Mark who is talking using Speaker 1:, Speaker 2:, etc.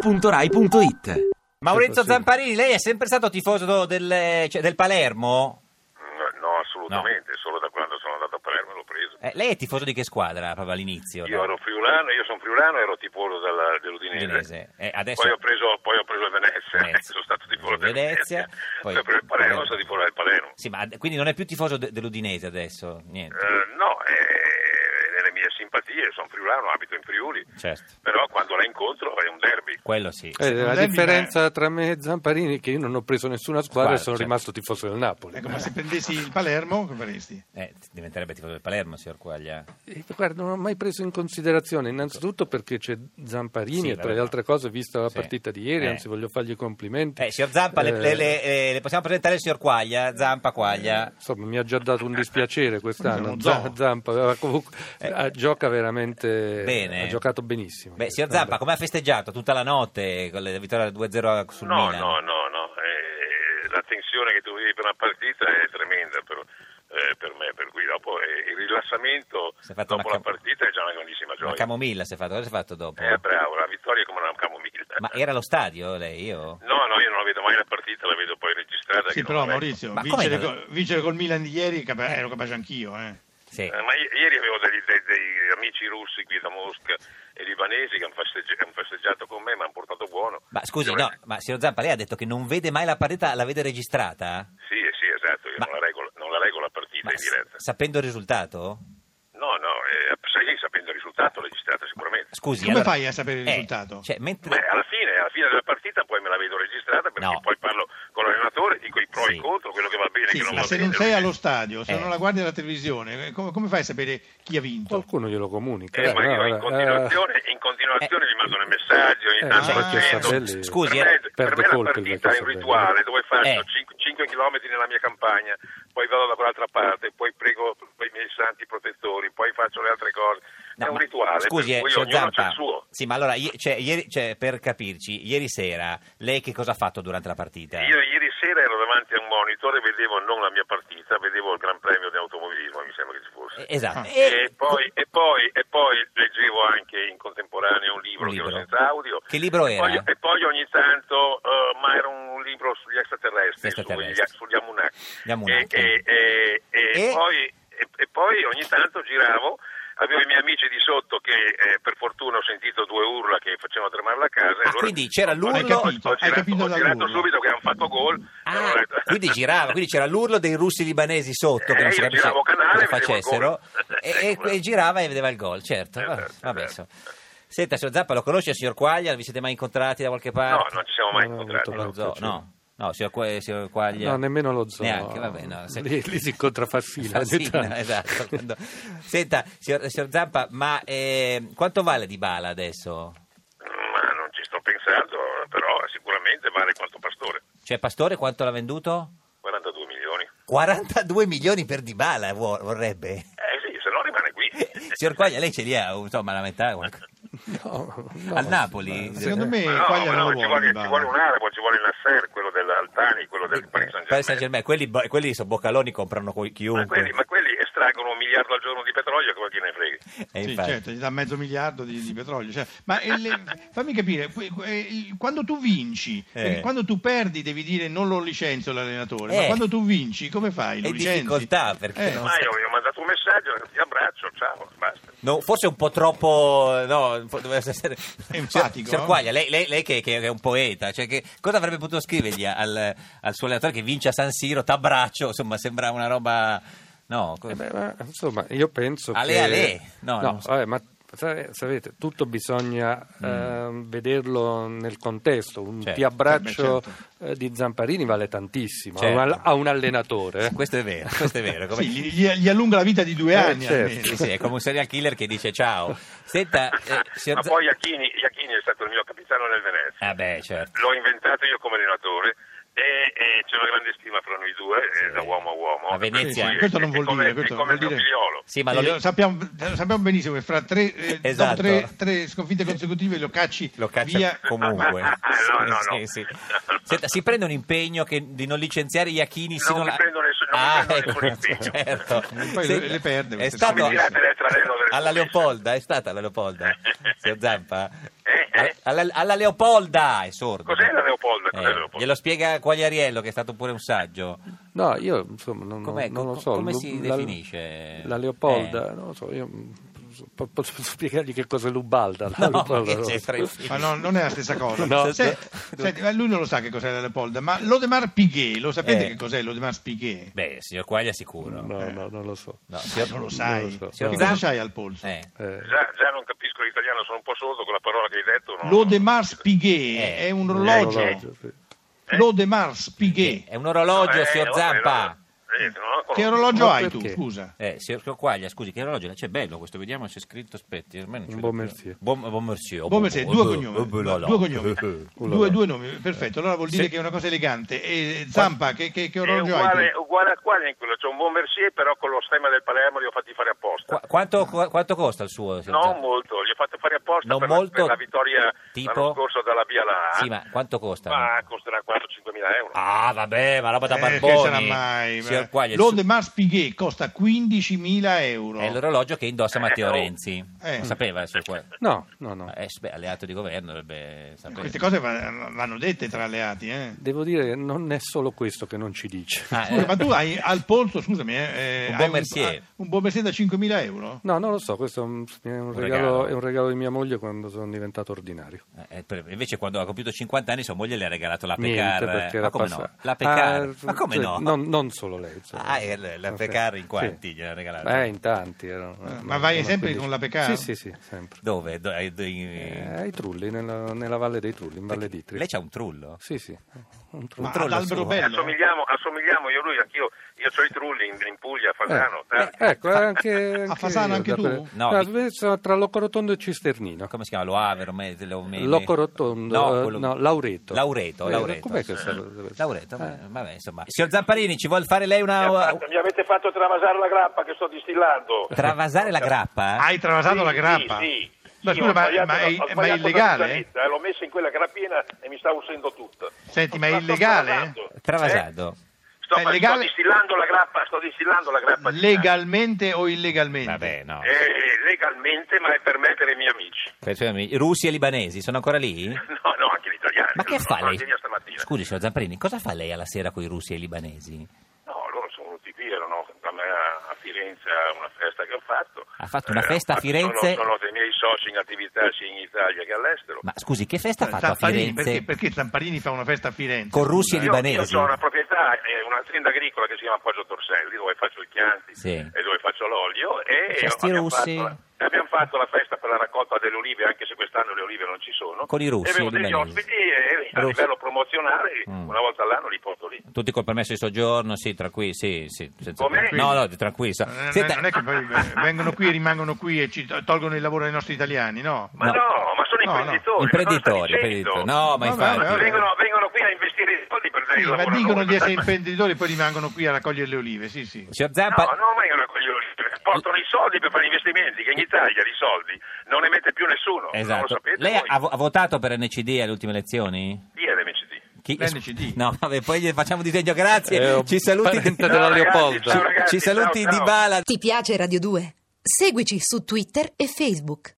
Speaker 1: radio2pod.rai.it
Speaker 2: Maurizio
Speaker 3: Sì, sì.
Speaker 2: Zamparini, lei è sempre stato tifoso del, cioè, del Palermo?
Speaker 4: No, no, assolutamente, solo da quando sono andato a Palermo l'ho preso.
Speaker 2: Eh, lei è tifoso di che squadra proprio all'inizio?
Speaker 4: Io
Speaker 2: no?
Speaker 4: ero friulano, io sono friulano, ero tifoso della- dell'Udinese.
Speaker 2: Udinese. Eh, adesso-
Speaker 4: poi, ho preso, poi ho preso il Venezia,
Speaker 2: Venezia.
Speaker 4: sono stato tifoso del
Speaker 2: Venezia, poi-
Speaker 4: Venezia. Poi ho preso il Palermo, sono tifoso del Palermo.
Speaker 2: Sì, ma ad- quindi non è più tifoso de- dell'Udinese adesso? Niente.
Speaker 4: Eh, no, eh, nelle mie simpatie, sono friulano, abito in Friuli,
Speaker 2: Certo,
Speaker 4: però quando la incontro è un derby.
Speaker 2: quello sì.
Speaker 3: Eh, la
Speaker 5: derby,
Speaker 3: differenza tra me e Zamparini è che io non ho preso nessuna squadra
Speaker 2: Squadra,
Speaker 3: e sono
Speaker 2: certo.
Speaker 3: rimasto tifoso del Napoli.
Speaker 5: Ecco, ma se prendessi il Palermo, come faresti?
Speaker 2: Eh, diventerebbe tifoso del Palermo, signor Quaglia.
Speaker 3: Eh, Guarda, non ho mai preso in considerazione, innanzitutto perché c'è Zamparini
Speaker 2: Sì,
Speaker 3: e tra
Speaker 2: vabbè,
Speaker 3: le
Speaker 2: no.
Speaker 3: altre cose, vista la
Speaker 2: Sì.
Speaker 3: partita di ieri,
Speaker 2: Eh.
Speaker 3: anzi voglio fargli i complimenti.
Speaker 2: Eh, signor Zampa, le,
Speaker 3: Eh,
Speaker 2: le- le- eh, le possiamo presentare il signor Quaglia? Zampa Quaglia.
Speaker 3: Eh, Insomma, mi ha già dato un dispiacere quest'anno.
Speaker 5: Uno
Speaker 3: Z-
Speaker 5: zoo.
Speaker 3: Zampa aveva comunque- eh, gioca veramente
Speaker 2: Bene.
Speaker 3: Eh, ha giocato benissimo.
Speaker 2: Beh, signor Zampa, come ha festeggiato tutta la notte con la vittoria 2-0 sul
Speaker 4: No,
Speaker 2: Milan?
Speaker 4: no, no, no. eh, la tensione che tu vivi per una partita è tremenda per, eh, per me, per cui dopo eh, il rilassamento
Speaker 2: Si è fatto
Speaker 4: dopo
Speaker 2: una
Speaker 4: la
Speaker 2: cam-
Speaker 4: partita è già una grandissima
Speaker 2: Una
Speaker 4: gioia.
Speaker 2: camomilla si è fatto, cosa si è fatto dopo?
Speaker 4: Eh, bravo, la vittoria è come una camomilla.
Speaker 2: Ma era allo stadio lei, io?
Speaker 4: No, no, io non la vedo mai la partita, la vedo poi registrata.
Speaker 5: Sì,
Speaker 4: che
Speaker 5: però
Speaker 4: non la vedo.
Speaker 5: Maurizio,
Speaker 2: Ma
Speaker 5: vincere,
Speaker 2: come-
Speaker 5: col, vincere col Milan di ieri capa- ero capace anch'io, eh.
Speaker 2: Sì.
Speaker 4: Eh, ma i- ieri avevo degli- dei, dei amici russi qui da Mosca e libanesi che hanno festeggi- hanno festeggiato con me, mi hanno portato buono.
Speaker 2: Ma scusi,
Speaker 4: Io-
Speaker 2: no, ma signor Zampa, lei ha detto che non vede mai la partita, la vede registrata?
Speaker 4: Sì, eh, sì, esatto, io
Speaker 2: Ma-
Speaker 4: non, la regolo, non la regolo la partita
Speaker 2: Ma
Speaker 4: in
Speaker 2: s-
Speaker 4: diretta.
Speaker 2: sapendo il risultato?
Speaker 4: No, no, eh, sai, sapendo il risultato registrata sicuramente.
Speaker 2: Scusi,
Speaker 5: Come
Speaker 2: allora-
Speaker 5: fai a sapere il
Speaker 2: Eh,
Speaker 5: risultato?
Speaker 2: cioè, mentre...
Speaker 4: Beh, alla fine, alla fine della partita poi me la vedo registrata perché
Speaker 2: No.
Speaker 4: poi parlo con l'allenatore, dico i pro
Speaker 2: Sì.
Speaker 4: e i contro, quello che va bene e
Speaker 5: Sì,
Speaker 4: che non
Speaker 5: ma
Speaker 4: va
Speaker 5: se
Speaker 4: bene.
Speaker 5: non sei allo stadio, se
Speaker 2: Eh.
Speaker 5: non la guardi alla televisione, eh, come, come fai a sapere chi ha vinto?
Speaker 3: Qualcuno glielo comunica.
Speaker 4: Eh,
Speaker 3: dai,
Speaker 4: ma
Speaker 3: no,
Speaker 4: io in
Speaker 3: guarda,
Speaker 4: continuazione, in continuazione gli mando un messaggio, ogni
Speaker 3: eh,
Speaker 4: tanto
Speaker 5: perché
Speaker 4: accendo.
Speaker 3: Sabelli
Speaker 2: Scusi,
Speaker 4: per me,
Speaker 2: eh,
Speaker 4: per
Speaker 3: perde
Speaker 4: me la
Speaker 3: colpi,
Speaker 4: partita
Speaker 3: perché
Speaker 4: è un
Speaker 3: Sabelli-
Speaker 4: rituale dove faccio
Speaker 2: Eh.
Speaker 4: 5 km nella mia campagna, poi vado da quell'altra parte, poi prego i miei santi protettori, poi faccio le altre cose.
Speaker 2: No,
Speaker 4: è un
Speaker 2: ma-
Speaker 4: rituale,
Speaker 2: scusi,
Speaker 4: per
Speaker 2: eh,
Speaker 4: cui
Speaker 2: signor
Speaker 4: ognuno
Speaker 2: Zampa,
Speaker 4: c'ha il suo.
Speaker 2: Sì, ma allora, i- cioè, ieri- cioè, per capirci, ieri sera lei che cosa ha fatto durante la partita?
Speaker 4: Io ieri sera ero davanti a un monitor e vedevo non la mia partita, vedevo il Gran Premio di automobilismo, mi sembra che ci fosse.
Speaker 2: Eh, Esatto.
Speaker 5: Ah.
Speaker 4: E poi, e poi- e poi leggevo anche in contemporanea un
Speaker 2: Un
Speaker 4: libro, che
Speaker 2: libro.
Speaker 4: ero senza audio.
Speaker 2: Che libro
Speaker 4: E poi-
Speaker 2: era?
Speaker 4: e poi ogni tanto, eh, ma era un libro sugli extraterrestri,
Speaker 2: Gli extraterrestri.
Speaker 4: sugli, sugli Amunaki.
Speaker 2: Gli Anunnaki.
Speaker 4: E, e- e- e
Speaker 2: E?
Speaker 4: Poi, e- e poi ogni tanto giravo, avevo i miei amici di sotto che eh, per fortuna ho sentito due urla che facevano tremare la casa. e
Speaker 2: Ah,
Speaker 4: allora-
Speaker 2: quindi c'era l'urlo...
Speaker 5: Hai capito,
Speaker 4: ho
Speaker 5: hai
Speaker 4: girato,
Speaker 5: capito
Speaker 4: ho
Speaker 5: dall'urlo.
Speaker 4: girato subito che hanno fatto gol.
Speaker 2: Ah,
Speaker 4: e allora ho detto-
Speaker 2: quindi girava, quindi c'era l'urlo dei russi libanesi sotto che
Speaker 4: Eh,
Speaker 2: non si
Speaker 4: io
Speaker 2: capisce
Speaker 4: giravo canale,
Speaker 2: cosa
Speaker 4: vedevo il
Speaker 2: facessero
Speaker 4: gol. Ecco.
Speaker 2: e, e- e girava e vedeva il gol, certo.
Speaker 4: Eh,
Speaker 2: Vabbè,
Speaker 4: certo,
Speaker 2: vabbè,
Speaker 4: certo.
Speaker 2: insomma. Senta, signor Zappa, lo conosce il signor Quaglia? Vi siete mai incontrati da qualche
Speaker 4: No,
Speaker 2: parte?
Speaker 4: non ci siamo mai
Speaker 3: No, no,
Speaker 4: incontrati.
Speaker 3: molto
Speaker 2: Allo zoo?
Speaker 3: piacere.
Speaker 2: No, no, signor, Qua- signor Quaglia.
Speaker 3: No, nemmeno lo zoo.
Speaker 2: Neanche, vabbè, no, se-
Speaker 3: lì, lì si incontra Fassina. ogni
Speaker 2: Fassina,
Speaker 3: tanto.
Speaker 2: esatto. Quando- Senta, signor, signor Zampa, ma eh, quanto vale Di Bala adesso?
Speaker 4: Ma non ci sto pensando, però sicuramente vale quanto Pastore.
Speaker 2: Cioè, Pastore quanto l'ha venduto?
Speaker 4: 42 milioni.
Speaker 2: 42 milioni per Di Bala vuo- vorrebbe.
Speaker 4: Eh sì, se no rimane qui.
Speaker 5: Eh,
Speaker 2: Signor Quaglia, lei ce li ha, insomma, la metà. qualcosa.
Speaker 3: No, no,
Speaker 2: Al Napoli?
Speaker 5: Secondo me
Speaker 4: Ma no,
Speaker 5: Quaglia
Speaker 4: ma
Speaker 5: non
Speaker 4: no,
Speaker 5: lo
Speaker 4: ci,
Speaker 5: vuole,
Speaker 4: vuole,
Speaker 5: Dybala.
Speaker 4: ci vuole un arabo, ci vuole il Nasser, quello dell'Altani, quello del
Speaker 5: Eh,
Speaker 4: Paris
Speaker 2: Paris
Speaker 4: Saint Germain.
Speaker 2: Saint-Germain, quelli, bo- quelli sono boccaloni, comprano coi-
Speaker 4: Ma quelli,
Speaker 2: chiunque.
Speaker 4: ma quelli estraggono un miliardo al giorno di petrolio, come chi ne frega?
Speaker 2: E
Speaker 5: Sì,
Speaker 2: infatti-
Speaker 5: certo, gli dà mezzo miliardo di, di petrolio. cioè, ma il- le- fammi capire, que- que- il- quando tu vinci, perché
Speaker 2: Eh.
Speaker 5: quando tu perdi devi dire non lo licenzio l'allenatore, ma
Speaker 2: Eh.
Speaker 5: quando tu vinci come fai? Lo
Speaker 2: È
Speaker 5: licenzi?
Speaker 2: difficoltà, perché
Speaker 5: Eh,
Speaker 2: non-
Speaker 4: Ma io vi ho mandato un messaggio, ti abbraccio, ciao, basta.
Speaker 2: No, forse un po' troppo. eh, No, fo- doveva essere.
Speaker 5: Enfatico,
Speaker 2: Signor
Speaker 5: no?
Speaker 2: Quaglia, lei, lei- lei che, che è un poeta, cioè che cosa avrebbe potuto scrivergli al, al suo allenatore che vince a San Siro, t'abbraccio? Insomma, sembra una roba. No, co-
Speaker 3: Eh beh, ma, insomma, io penso
Speaker 2: Ale,
Speaker 3: che...
Speaker 2: ale. No, non so. Mm.
Speaker 3: vabbè, ma sa- sapete, tutto bisogna ehm, vederlo nel contesto. Un
Speaker 2: Certo.
Speaker 3: ti abbraccio
Speaker 5: Eh, beh,
Speaker 3: eh, di Zamparini vale tantissimo
Speaker 2: Certo.
Speaker 3: a, un, al- a un allenatore. eh.
Speaker 2: questo è vero, questo è vero. come-
Speaker 5: sì, gli, gli- gli allunga la vita di due
Speaker 3: Eh,
Speaker 5: anni
Speaker 3: certo.
Speaker 5: almeno.
Speaker 2: sì, sì, è come un serial killer che dice ciao. Senta, eh, signor
Speaker 4: Ma
Speaker 2: Z-
Speaker 4: poi Iachini, Iachini è stato il mio capitano nel Venezia.
Speaker 2: Ah, beh, certo.
Speaker 4: l'ho inventato io come allenatore e, e c'è una grande stima fra noi due, eh, da uomo a uomo.
Speaker 2: A Venezia.
Speaker 4: Per cui
Speaker 5: Questo
Speaker 4: è-
Speaker 5: non
Speaker 4: è
Speaker 5: vuol
Speaker 4: come-
Speaker 5: dire, questo
Speaker 4: è come
Speaker 5: non
Speaker 4: il
Speaker 5: vuol
Speaker 4: mio
Speaker 5: dire.
Speaker 4: figliolo.
Speaker 2: Sì, ma
Speaker 5: Sì,
Speaker 2: lo,
Speaker 5: Eh, lo sappiamo, lo sappiamo benissimo che fra tre, eh, dopo
Speaker 2: Esatto.
Speaker 5: tre- tre sconfitte consecutive lo cacci
Speaker 2: lo caccia
Speaker 5: via
Speaker 2: comunque.
Speaker 4: No, no,
Speaker 2: Sì,
Speaker 4: no.
Speaker 2: sì. Senta, si prende un impegno che- di non licenziare Iachini
Speaker 4: Non
Speaker 2: sino
Speaker 4: mi
Speaker 2: alla-
Speaker 4: prendo nessun- non mi
Speaker 2: Ah,
Speaker 4: prendo nessun
Speaker 2: ecco,
Speaker 4: impegno.
Speaker 2: certo.
Speaker 5: Poi
Speaker 2: Senta,
Speaker 5: le perde
Speaker 2: È
Speaker 5: queste
Speaker 2: stato
Speaker 4: eh, scommesse. Mi tirate le tranello
Speaker 2: alla
Speaker 4: delle scommesse.
Speaker 2: Leopolda, è stata alla Leopolda. Signor Zampa.
Speaker 4: Eh, Eh?
Speaker 2: Alla, alla Leopolda è sordo.
Speaker 4: Cos'è la Leopolda? Cos'è la
Speaker 2: Eh,
Speaker 4: Leopolda?
Speaker 2: Glielo spiega Quagliariello, che è stato pure un saggio.
Speaker 3: No, io insomma non, non-
Speaker 2: Com'è?
Speaker 3: non lo
Speaker 2: Co-
Speaker 3: so.
Speaker 2: come
Speaker 3: Lu-
Speaker 2: si
Speaker 3: la-
Speaker 2: definisce?
Speaker 3: La Leopolda,
Speaker 2: Eh.
Speaker 3: non lo so, io mm, po- posso spiegargli che cos'è l'Ubalda? La
Speaker 2: No,
Speaker 3: Leopolda,
Speaker 2: che
Speaker 3: no.
Speaker 2: c'entra il
Speaker 5: Ma
Speaker 2: film?
Speaker 5: no, non è la stessa cosa.
Speaker 3: No.
Speaker 5: Se- senti, ma lui non lo sa che cos'è la Leopolda, ma Lodemar Piguet, lo sapete
Speaker 2: Eh.
Speaker 5: che cos'è Lodemar Piguet?
Speaker 2: Beh, signor Quaglia sicuro.
Speaker 3: No, no, non lo so.
Speaker 2: Eh. No, signor-
Speaker 5: Non lo sai.
Speaker 3: Non lo so.
Speaker 5: Che
Speaker 2: Zan-
Speaker 5: cosa c'hai al polso?
Speaker 2: Eh.
Speaker 3: Eh,
Speaker 4: Già, già non capisco l'italiano, sono un po' sordo con la parola che hai detto. no?
Speaker 5: Lodemar Piguet
Speaker 2: Eh.
Speaker 5: è un
Speaker 3: un
Speaker 5: orologio.
Speaker 3: orologio, sì.
Speaker 5: Lodemar Piguet.
Speaker 2: È un orologio,
Speaker 4: Eh,
Speaker 2: signor
Speaker 4: vabbè,
Speaker 2: Zampa.
Speaker 4: no, eh, non la conosco.
Speaker 5: Che orologio
Speaker 3: Ma
Speaker 5: hai tu?
Speaker 3: perché?
Speaker 5: Scusa.
Speaker 2: Eh, signor Quaglia, scusi, che orologio? C'è bello questo, vediamo c'è scritto, aspetti, ormai non
Speaker 3: Un
Speaker 2: c'è-
Speaker 3: buon mercier.
Speaker 2: Buon, buon mercier.
Speaker 5: Come sei?
Speaker 2: Oh,
Speaker 5: Due
Speaker 2: oh,
Speaker 5: cognomi.
Speaker 2: oh, oh, là, là.
Speaker 5: Due cognomi.
Speaker 2: Eh,
Speaker 3: Ulla,
Speaker 5: Due,
Speaker 3: là.
Speaker 5: due nomi, perfetto. Allora vuol dire che è una cosa elegante. E Zampa, che, che, che
Speaker 4: È
Speaker 5: orologio hai
Speaker 4: uguale,
Speaker 5: tu?
Speaker 4: uguale a quale in quello, c'è un buon Mercier però con lo stemma del Palermo li ho fatti fare apposta.
Speaker 2: Qua- quanto, qua- quanto costa il suo? signor
Speaker 4: Non
Speaker 2: Zampa?
Speaker 4: molto, li ho fatti fare apposta
Speaker 2: Non
Speaker 4: per,
Speaker 2: molto?
Speaker 4: per la vittoria
Speaker 2: Tipo?
Speaker 4: l'anno scorso dalla Via La.
Speaker 2: Sì, ma quanto costa?
Speaker 4: Ma costerà 4-5 mila euro.
Speaker 2: Ah, vabbè, ma roba da
Speaker 5: Eh,
Speaker 2: barboni.
Speaker 5: che sarà mai?
Speaker 2: Signor Quaglia, il su- Eh,
Speaker 5: Lodemar Piguet costa 15.000 euro.
Speaker 2: è l'orologio che indossa Matteo
Speaker 4: Eh, oh.
Speaker 2: Renzi.
Speaker 5: Eh.
Speaker 2: Lo sapeva il signor Quaglia?
Speaker 3: No, no, no.
Speaker 2: Eh, beh, alleato di governo eh, dovrebbe sapere.
Speaker 5: Queste cose va- vanno dette tra alleati. Eh.
Speaker 3: Devo dire che non è solo questo che non ci dice.
Speaker 2: Ah,
Speaker 5: Scusa,
Speaker 2: eh,
Speaker 5: ma tu hai al polso, scusami, eh, eh,
Speaker 2: Un
Speaker 5: hai
Speaker 2: buon mercier.
Speaker 5: un buon mercier da 5.000 euro?
Speaker 3: No, non lo so, questo è un, è un regalo,
Speaker 2: regalo.
Speaker 3: È un regalo di mia moglie quando sono diventato ordinario.
Speaker 2: eh, per- invece quando ha compiuto 50 anni sua moglie le ha regalato la Pecar.
Speaker 3: Niente, perché
Speaker 2: eh,
Speaker 3: era
Speaker 2: ma come no?
Speaker 3: passata.
Speaker 2: La Pecar.
Speaker 3: Ah,
Speaker 2: ma come
Speaker 3: sì,
Speaker 2: no?
Speaker 3: Non, non solo lei. insomma.
Speaker 2: Ah, e la- la
Speaker 3: Ok.
Speaker 2: Pecar in quanti
Speaker 3: Sì.
Speaker 2: gliel'ha regalata?
Speaker 3: Eh, in tanti. erano- eh,
Speaker 5: ma
Speaker 3: erano
Speaker 5: vai sempre
Speaker 3: 15.
Speaker 5: con la Pecar?
Speaker 3: Sì, sì, sì, sempre.
Speaker 2: Dove? Do- eh, do- in-
Speaker 3: Eh, ai Trulli, nella, nella Valle dei Trulli, in Valle d'Itri.
Speaker 2: Lei c'ha un trullo?
Speaker 3: Sì, sì. Un trullo.
Speaker 5: Ma ad Albero
Speaker 2: suo. Eh?
Speaker 5: Bello?
Speaker 4: Eh, Assomigliamo, assomigliamo io a lui, anch'io, io ho i trulli in, in Puglia, a Fasano.
Speaker 3: Eh,
Speaker 4: dai.
Speaker 3: ecco, anche, anche
Speaker 5: Fasano
Speaker 3: io,
Speaker 5: anche
Speaker 3: da
Speaker 5: tu?
Speaker 3: quelle-
Speaker 2: No,
Speaker 3: No,
Speaker 2: di-
Speaker 3: io sono tra Locorotondo e Cisternino.
Speaker 2: Come si chiama? Loavero? Mede, Leomene?
Speaker 3: Locorotondo,
Speaker 2: No,
Speaker 3: eh,
Speaker 2: quello-
Speaker 3: no, Laureto.
Speaker 2: Laureto,
Speaker 3: Eh,
Speaker 2: Laureto.
Speaker 3: com'è che Eh. sta-
Speaker 2: Laureto, vabbè, vabbè, insomma. Signor Zamparini, ci vuol fare lei
Speaker 4: Mi, ha
Speaker 2: una...
Speaker 4: fatto- mi avete fatto travasare la grappa che sto distillando.
Speaker 2: Travasare la grappa?
Speaker 4: Ah,
Speaker 5: Hai travasato
Speaker 4: Sì,
Speaker 5: la grappa?
Speaker 4: Sì, sì.
Speaker 5: Ma
Speaker 4: Sì,
Speaker 5: scusa,
Speaker 4: ho
Speaker 5: ma,
Speaker 4: sbagliato-
Speaker 5: ma è,
Speaker 4: ho
Speaker 5: ma è
Speaker 4: sbagliato la
Speaker 5: illegale?
Speaker 4: totalità, eh, L'ho messa in quella grappina e mi sta uscendo tutta.
Speaker 5: Senti, ma è
Speaker 4: Sto- sto
Speaker 5: illegale?
Speaker 4: travasando.
Speaker 2: Travasando.
Speaker 4: Eh? Sto,
Speaker 5: È legale?
Speaker 4: sto distillando la grappa, sto distillando la grappa.
Speaker 5: Legalmente o illegalmente?
Speaker 2: Vabbè, no.
Speaker 4: Eh, legalmente, ma è per me e per i miei amici.
Speaker 2: Per- scusami, russi e libanesi sono ancora lì?
Speaker 4: No, no, anche gli italiani.
Speaker 2: Ma che
Speaker 4: Io
Speaker 2: fa
Speaker 4: sono
Speaker 2: lei?
Speaker 4: anche via stamattina.
Speaker 2: Scusi, signor Zamparini, cosa fa lei alla sera con i russi e i libanesi?
Speaker 4: No, loro sono venuti qui, erano da me a Firenze a una festa che ho fatto.
Speaker 2: Ha fatto una festa a
Speaker 4: ho fatto-
Speaker 2: Firenze?
Speaker 4: Sono, sono dei miei soci in attività sia in Italia che all'estero.
Speaker 2: Ma scusi, che festa
Speaker 4: Eh,
Speaker 2: ha fatto a
Speaker 5: Cioè, Zamparini,
Speaker 2: Firenze
Speaker 5: perché, perché Zamparini fa una festa a Firenze?
Speaker 2: con russi e
Speaker 4: Io- Io,
Speaker 2: libanesi?
Speaker 4: ho una proprietà, eh, un'azienda agricola che si chiama Poggio Torselli, dove faccio il chianti
Speaker 2: Sì.
Speaker 4: e dove faccio l'olio. E
Speaker 2: Festi
Speaker 4: abbiamo
Speaker 2: russi.
Speaker 4: fatto, la, abbiamo fatto la festa per la raccolta delle olive, anche se quest'anno le olive non ci sono.
Speaker 2: Con i russi,
Speaker 4: E avevo
Speaker 2: i
Speaker 4: degli
Speaker 2: libanesi.
Speaker 4: ospiti e a
Speaker 2: Russi.
Speaker 4: livello promozionale,
Speaker 2: Mm.
Speaker 4: una volta all'anno li porto lì.
Speaker 2: Tutti col permesso di soggiorno, sì, tranquilli, sì, sì. senza-
Speaker 4: Come?
Speaker 2: No, no, tranquilli. so-
Speaker 5: Eh,
Speaker 2: Senta,
Speaker 5: non è che poi eh, vengono qui e rimangono qui e ci to- tolgono il lavoro ai nostri italiani, no?
Speaker 4: Ma
Speaker 2: No.
Speaker 4: no, ma sono
Speaker 5: No, no.
Speaker 4: imprenditori. ma cosa stai
Speaker 2: imprenditori,
Speaker 4: dicendo?
Speaker 2: imprenditori. No, ma
Speaker 5: Vabbè,
Speaker 2: infatti...
Speaker 5: vabbè, vabbè.
Speaker 4: Vengono, vengono qui a investire i soldi per dare
Speaker 5: Sì,
Speaker 4: il
Speaker 5: ma
Speaker 4: lavoro a
Speaker 5: dicono
Speaker 4: noi.
Speaker 5: di essere imprenditori e poi rimangono qui a raccogliere le olive, sì, sì.
Speaker 2: Signor
Speaker 4: No,
Speaker 2: Zampa...
Speaker 4: non vengono con gli olive, portano i soldi per fare investimenti, che in Italia di soldi non ne mette più nessuno. Non lo
Speaker 2: Esatto.
Speaker 4: sapete
Speaker 2: Lei
Speaker 4: voi?
Speaker 2: ha, ha votato per NCD alle ultime elezioni?
Speaker 4: Chi è l'MCD?
Speaker 2: Chi-
Speaker 5: NCD.
Speaker 2: No, vabbè, poi gli facciamo un disegno, grazie.
Speaker 3: Eh,
Speaker 2: Ci saluti,
Speaker 3: parente
Speaker 2: ci,
Speaker 3: della
Speaker 4: Ciao, ragazzi,
Speaker 3: Leopolda.
Speaker 4: ciao, ragazzi,
Speaker 2: ci saluti
Speaker 4: ciao, ciao.
Speaker 2: di bala.
Speaker 1: Ti piace Radio 2? Seguici su Twitter e Facebook.